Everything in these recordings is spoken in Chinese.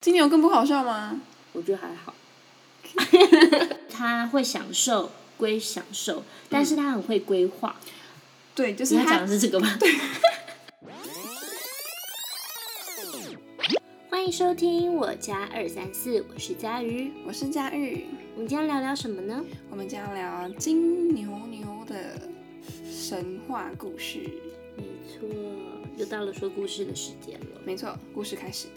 金牛更不好笑吗？我觉得还好。 他会享受归享受，但是他很会规划。对，就是你要讲他的。是这个吗？ 欢迎收听我家二三四，我是佳瑜。我是佳玉，我们今天聊聊什么呢？我们将聊金牛牛的神话故事。没错，又到了说故事的时间了。没错，故事开始。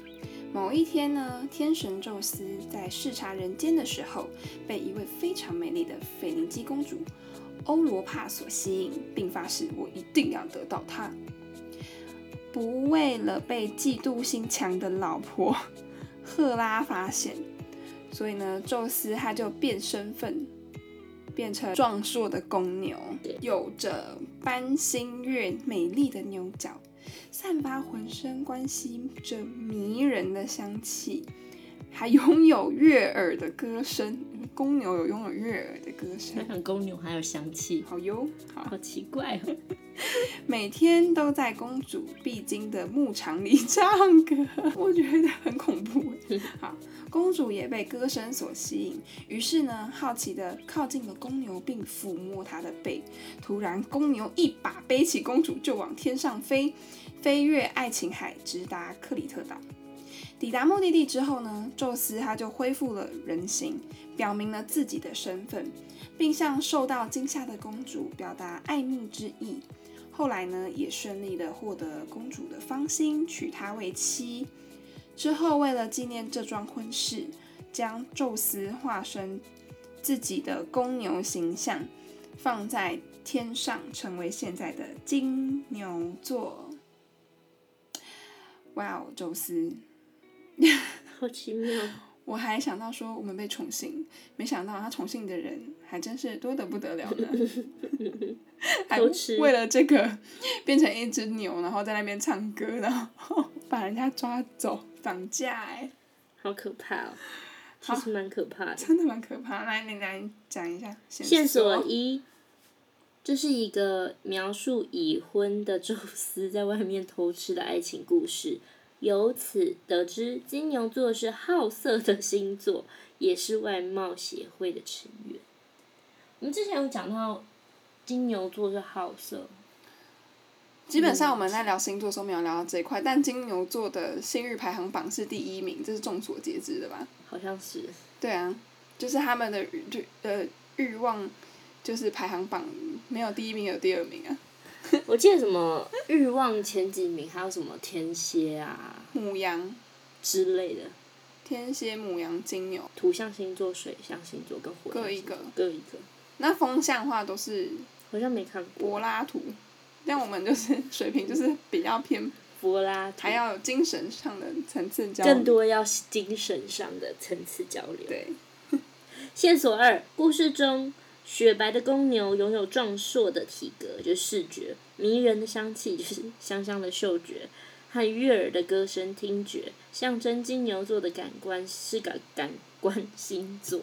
某一天呢，天神宙斯在视察人间的时候，被一位非常美丽的腓尼基公主欧罗帕所吸引，并发誓我一定要得到她。不为了被嫉妒心强的老婆赫拉发现，所以呢，宙斯他就变身份，变成壮硕的公牛，有着斑星月美丽的牛角。散发浑身关系着迷人的香气，还拥有悦耳的歌声。公牛有拥有悦耳的歌想声，想公牛还有香气，好哟，好。好奇怪哦。每天都在公主必经的牧场里唱歌， 我觉得很恐怖。 好，公主也被歌声所吸引，于是呢，好奇的靠近了公牛，并抚摸它的背。突然，公牛一把背起公主，就往天上飞，飞越爱琴海，直达克里特岛。抵达目的地之后呢，宙斯他就恢复了人形，表明了自己的身份，并向受到惊吓的公主表达爱慕之意。后来呢，也顺利的获得公主的芳心，娶她为妻。之后，为了纪念这桩婚事，将宙斯化身自己的公牛形象放在天上，成为现在的金牛座。哇哦，宙斯！好奇妙，我还想到说我们被宠幸，没想到他宠幸的人还真是多得不得了 呢。还偷吃为了这个变成一只牛，然后在那边唱歌，然后 把人家抓走，绑架、哎，好可怕哦，其实蛮可怕的。真的蛮可怕。来，你来讲一下线线嗯索一，这是一个描述已婚的宙斯在外面偷吃的爱情故事。由此得知，金牛座是好色的星座，也是外貌协会的成员。我们之前有讲到，金牛座是好色，基本上我们在聊星座的时候没有聊到这一块，但金牛座的性欲排行榜是第一名，这是众所皆知的吧？好像是对啊，就是他们的欲就呃欲望，就是排行榜没有第一名有第二名啊。 我记得什么欲望前几名，还有什么天蝎啊母羊、之类的，天蝎、母羊、金牛土象星座、水象星座跟火象各一星个，各一个，那风象的话都是好像没看过。柏拉图，但我们就是水平就是比较偏，柏拉图还要有精神上的层次交流。更多要精神上的层次交流。对，线索二，故事中雪白的公牛拥有壮硕的体格，就是视觉；迷人的香气，就是香香的嗅觉；和悦耳的歌声，听觉，象征金牛座的感官是个感官星座。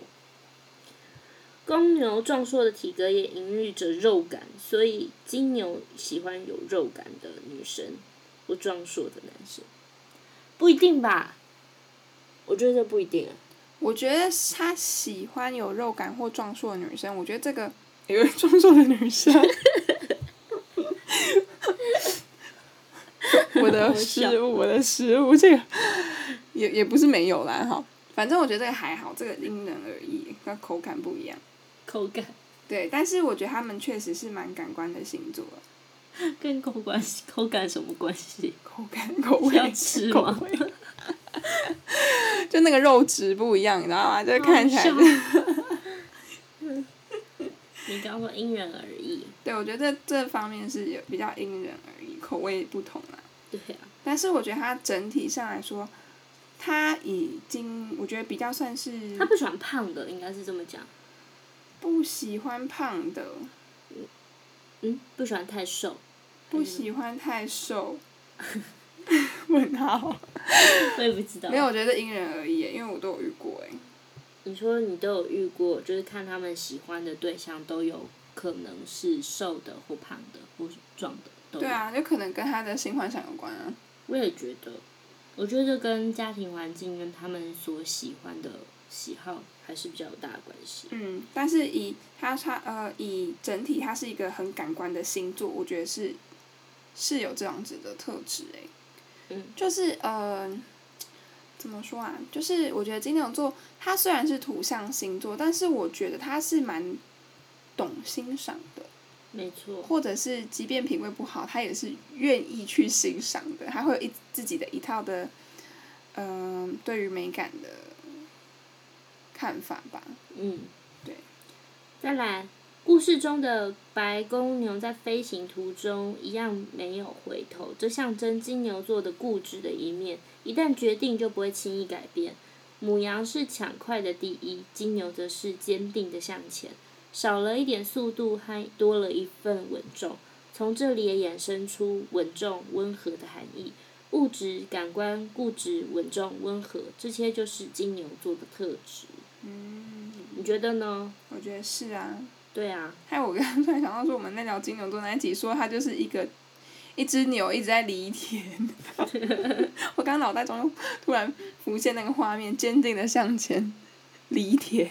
公牛壮硕的体格也隐喻着肉感，所以金牛喜欢有肉感的女生，不壮硕的男生。不一定吧？我觉得这不一定啊。我觉得他喜欢有肉感或壮硕的女生，我觉得这个有壮硕的女生。 我的失误，我的失误，这个也也不是没有啦哈。反正我觉得这个还好，这个因人而异，那口感不一样。口感对，但是我觉得他们确实是蛮感官的星座，跟口关系口感什么关系？口 感、口味、要吃口吗味，就那个肉质不一样，你知道吗？哦嗯就是看起来好就， 你刚刚说因人而异，对我觉得这方面是有比较因人而异，口味不同啦。对啊，但是我觉得它整体上来说，它已经我觉得比较算是他不喜欢胖的，应该是这么讲。不喜欢胖的，嗯，不喜欢太瘦，嗯不喜欢太 瘦。问号？ 我也不知道没。有，我觉得因人而异耶，因为我都有遇过哎。你说你都有遇过，就是看他们喜欢的对象都有可能是瘦的或胖的或是壮的，都有对。啊，就可能跟他的性幻想有关啊。我也觉得，我觉得这跟家庭环境跟他们所喜欢的喜好还是比较有大的关系。嗯，但是以它它呃以整体它是一个很感官的星座，我觉得是是有这样子的特质诶、嗯，就是呃怎么说啊？就是我觉得金牛座它虽然是土象星座，但是我觉得它是蛮懂欣赏的，没错，或者是即便品味不好，他也是愿意去欣赏的，他会有一自己的一套的，嗯、对于美感的看法吧。嗯，对。再来，故事中的白公牛在飞行途中一样没有回头，这象征金牛座的固执的一面，一旦决定就不会轻易改变。母羊是抢快的第一，金牛则是坚定的向前，少了一点速度，还多了一份稳重。从这里也衍生出稳重、温和的含义。物质、感官、固执、稳重、温和，这些就是金牛座的特质。嗯，你觉得呢？我觉得是啊。对啊，还有我刚刚突然想到说，我们在聊金牛座那一集，说他就是一个一只牛一直在犁田。 我刚脑袋中突然浮现那个画面，坚定的向前，犁田。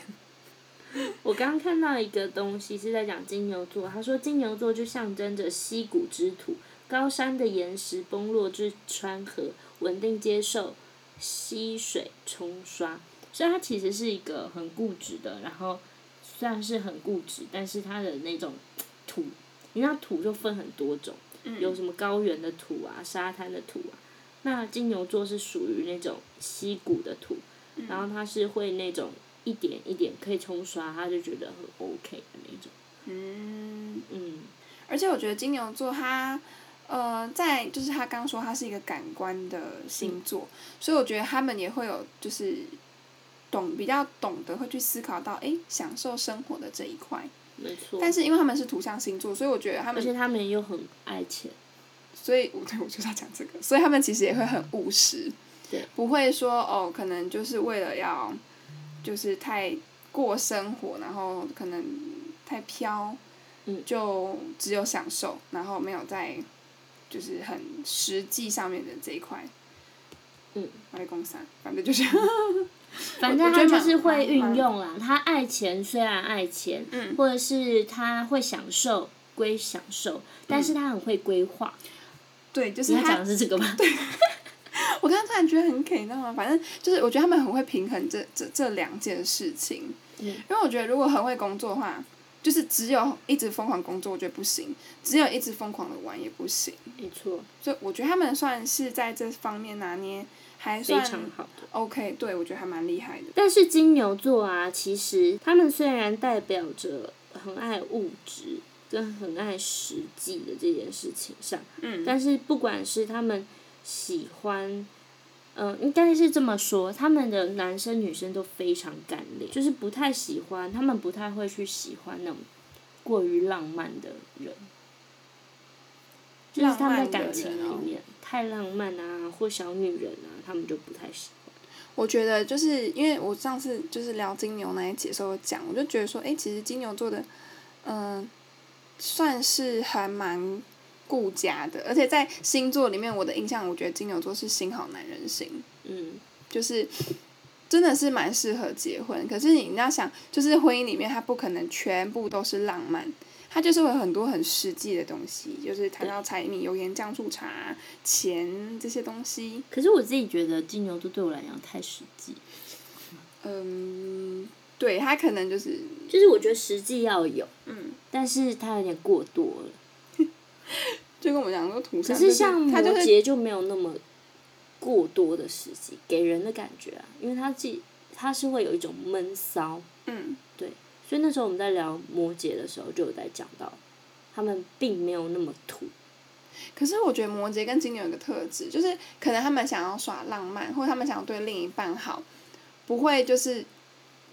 我刚刚看到一个东西是在讲金牛座，他说金牛座就象征着溪谷之土，高山的岩石崩落至川河，稳定接受溪水冲刷，所以它其实是一个很固执的，然后虽然是很固执，但是它的那种土，你知道土就分很多种，有什么高原的土啊，沙滩的土啊，那金牛座是属于那种溪谷的土，嗯然后它是会那种一点一点可以冲刷，他就觉得很 OK 的那种。嗯，嗯，而且我觉得金牛座它，呃，在就是他刚说他是一个感官的星座，所以我觉得他们也会有就是懂比较懂得会去思考到，诶，享受生活的这一块。没错。但是因为他们是土象星座，所以我觉得他而们，且他们又很爱钱，所以 我对我就是要讲这个，所以他们其实也会很务实，嗯对，不会说哦，可能就是为了要就是太过生活，然后可能太飘，嗯就只有享受，然后没有在就是很实际上面的这一块。嗯，我在公三，反正就是，反正他就是会运用啦。他爱钱，虽然爱钱，嗯或者是他会享受归享受，但是他很会规划。 对，就是你要他讲的是这个吧？我刚刚突然觉得很给，你知道吗？反正就是我觉得他们很会平衡这这这两件事情。嗯因为我觉得如果很会工作的话，就是只有一直疯狂工作，我觉得不行；只有一直疯狂的玩也不行。没错，所以我觉得他们算是在这方面拿捏还非算常好的。 OK，对我觉得还蛮厉害的。但是金牛座啊，其实他们虽然代表着很爱物质跟很爱实际的这件事情上，嗯但是不管是他们喜欢，嗯、应该是这么说，他们的男生女生都非常干练，就是不太喜欢，他们不太会去喜欢那种过于浪漫的人，就是他们在感情里浪漫的哦面、太浪漫啊，或小女人啊，他们就不太喜欢。我觉得就是因为我上次就是聊金牛那一集的时候讲，我就觉得说，诶，其实金牛座的，嗯、算是还蛮顾家的，而且在星座里面，我的印象，我觉得金牛座是心好男人型，嗯，就是真的是蛮适合结婚。可是你要想，就是婚姻里面，他不可能全部都是浪漫。他就是会有很多很实际的东西，就是谈到柴米油盐酱醋茶、钱这些东西。可是我自己觉得金牛座对我来讲太实际，嗯，对他可能就是就是我觉得实际要有，嗯，但是他有点过多了。就跟我们讲说土可象、就是是，像摩他啊就是羯就没有那么过多的时机，给人的感觉啊，因为他自己他是会有一种闷骚，嗯，所以那时候我们在聊摩羯的时候就有在讲到，他们并没有那么土，可是我觉得摩羯跟金牛有个特质，就是可能他们想要耍浪漫，或者他们想要对另一半好，不会就是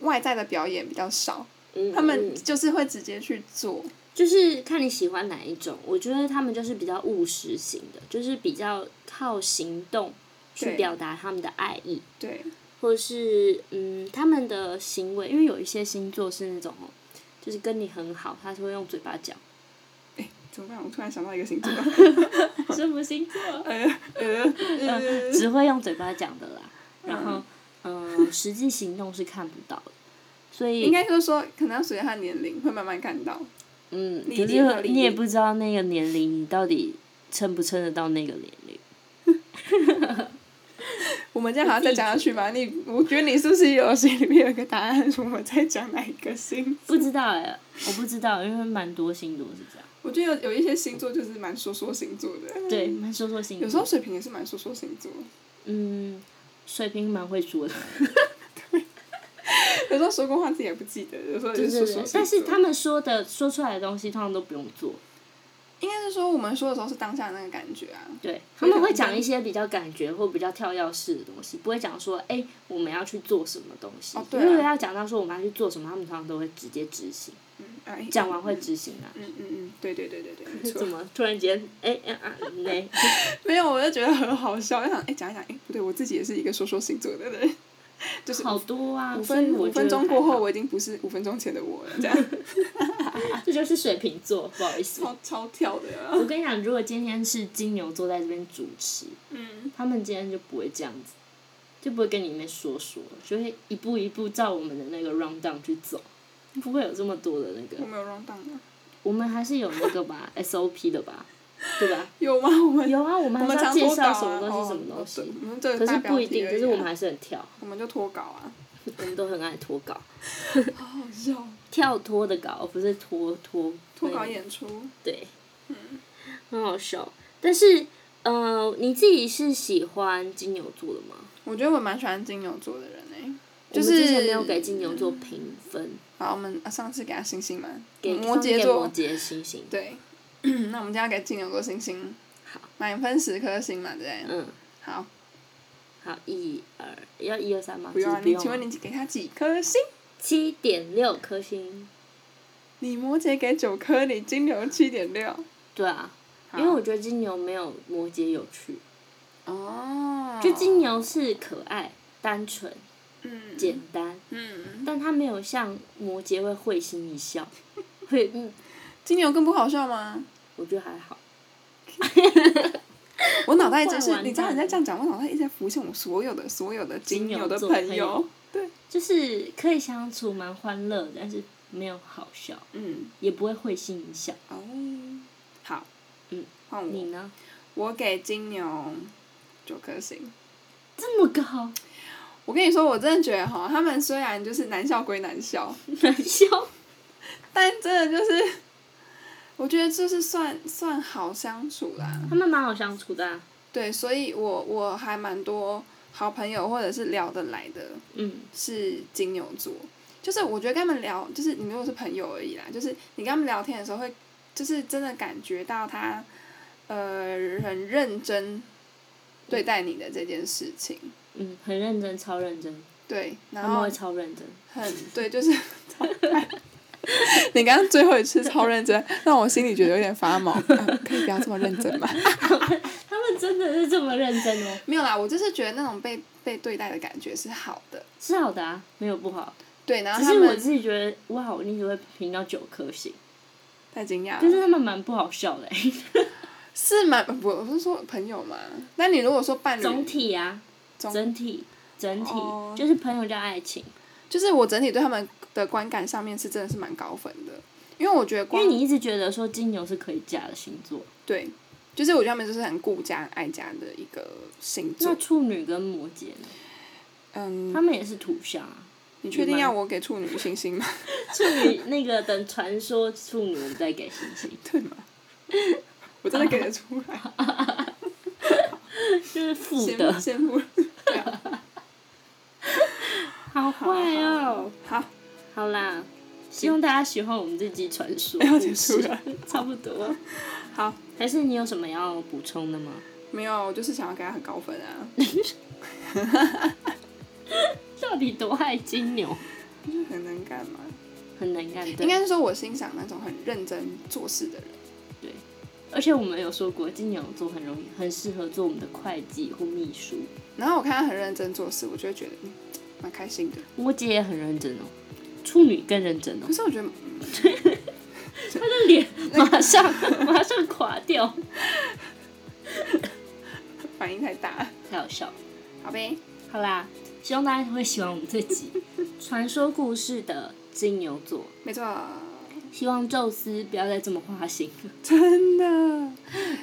外在的表演比较少，嗯，他们嗯就是会直接去做。就是看你喜欢哪一种，我觉得他们就是比较务实型的，就是比较靠行动去对表达他们的爱意，对，或者是嗯他们的行为，因为有一些星座是那种哦，就是跟你很好，他是会用嘴巴讲。怎么办？我突然想到一个星 座， 什么星座？呃，嗯，只会用嘴巴讲的啦。然后，嗯，实际行动是看不到的，所应以，该就是说，可能要随着他的年龄会慢慢看 到。嗯，理可解合是理你也不知道那个年龄，你到底撑不撑得到那个年龄。我们这样还要再讲下去吗？你，我觉得你是不是有心里面有一个答案？我们在讲哪一个星？不知道哎、我不知道，因为蛮多星座是这样。我觉得有有一些星座就是蛮说说星座的，对，蛮说说星座。有时候水瓶也是蛮说说星座，嗯，水瓶蛮会说的，有时候说过话自己也不记得，有时候也对是对说说星。对座。但是他们说的说出来的东西，通常都不用做。应该是说我们说的时候是当下那个感觉啊。对，他们会讲一些比较感觉或比较跳跃式的东西，不会讲说，哎、我们要去做什么东西。哦对啊如果要讲到说我们要去做什么，他们通常都会直接执行，嗯，哎，讲完会执行啊。嗯嗯嗯，对对对对 对， 没错怎。么突然间，哎、哎啊，没，没有，我就觉得很好笑，就想哎讲一讲，哎不对，我自己也是一个说说星座的人， 就是好多啊。五所以分我五觉得分钟过还后，好，我已经不是五分钟前的我了，这样 这就是水瓶座，不好意思。 超超跳的啊、我跟你讲，如果今天是金牛座在这边主持，嗯，他们今天就不会这样子，就不会跟你们说说，就会一步一步照我们的那个 round down 去走，不会有这么多的那我个。没有 round down 啊，我们还是有那个 吧，SOP 的吧，对吧？有吗？我们有啊，我我们们还是要常介脱稿绍啊，什么东西，哦什么东哦西。对我们这个可大是标不一题定，而可已是我们啊还是很跳，我们就脱稿啊，我们都很爱脱稿，好好笑，哦跳脱的稿，不是脱脱脱稿那个演出，对，很好笑。但是，呃，你自己是喜欢金牛座的吗？我觉得我蛮喜欢金牛座的人哎、我就们之前是没有给金牛座评分，好，我们、啊、上次给他星星嘛，给摩上次羯给座摩羯星星，对， 那我们今天要给金牛座星星，好，满分十颗星嘛，对不对？嗯，好，好，一二要一二三吗？不用啊，其实你不请问你给他几颗星？七点六颗星，你摩羯给九颗，你金牛七点六。对啊，好因为我觉得金牛没有摩羯有趣，哦，就金牛是可爱、单纯、嗯简单，嗯，但它没有像摩羯会会心一笑， 会嗯，金牛更不好笑吗？我觉得还好。我脑袋就怪是，完你知道蛋人家这样讲，我脑袋一直在浮现我所有的所有的金牛的金牛座朋友友。就是可以相处蛮欢乐的，但是没有好笑，嗯，也不会会心一笑。哦，好，嗯，换你我，呢？我给金牛九颗星。这么高，我跟你说，我真的觉得哈，他们虽然就是难笑归难笑，难笑。但真的就是，我觉得就是算算好相处啦。 他们蛮好相处的、啊，对，所以我我还蛮多好朋友或者是聊得来的嗯，是金牛座，就是我觉得跟他们聊，就是你们如果是朋友而已啦，就是你跟他们聊天的时候会，就是真的感觉到他呃很认真对待你的这件事情。嗯，很认真，超认真，对，他然们后会超认真。很对，就是超爱。 你刚刚最后一次超认真，让我心里觉得有点发毛。啊可以不要这么认真吗？他们真的是这么认真哦， 没有啦，我就是觉得那种被被对待的感觉是好的。是好的啊，没有不好。对，然后只他是我们自己觉得，哇，我一直会评到九颗星，太惊讶但了，是他们蛮不好笑的、欸是蛮不，我是说朋友嘛。那你如果说伴侣，总体啊，嗯总整体，整体、哦就是朋友叫爱情，就是我整体对他们的观感上面是真的是蛮高分的，因为我觉得因光为你一直觉得说金牛是可以嫁的星座，对，就是我觉得他们就是很顾家爱家的一个星那座。处女跟摩羯呢？嗯，他们也是土象 啊。你确定要我给处女星星吗？处女那个等传说处女，我们再给星星， 对吗？我真的给得出来，啊就是负羡慕的，羡慕。对啊好 坏哦。好，好啦，希望大家喜欢我们这集传说要故结束事，了。 差不多。好，还是你有什么要补充的吗？没有，我就是想要给他很高分 啊，到底多爱金牛，就是很能干嘛。很难干应的。该是说我欣赏那种很认真做事的人。而且我们有说过，金牛座很容易，很适合做我们的会计或秘书。然后我看他很认真做事，我就会觉得嗯，蛮开心的。摩羯也很认真哦，处女更认真哦可。是我觉得，他的脸马上 马上垮掉，反应太大了。太好笑了。好呗，好啦，希望大家会喜欢我们这集传说故事的金牛座。没错，希望宙斯不要再这么花心了。真的。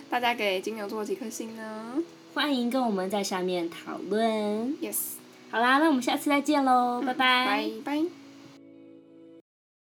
大家给金牛座几颗星呢欢迎跟我们在下面讨论。 ？Yes，好啦，那我们下次再见喽，拜拜拜拜。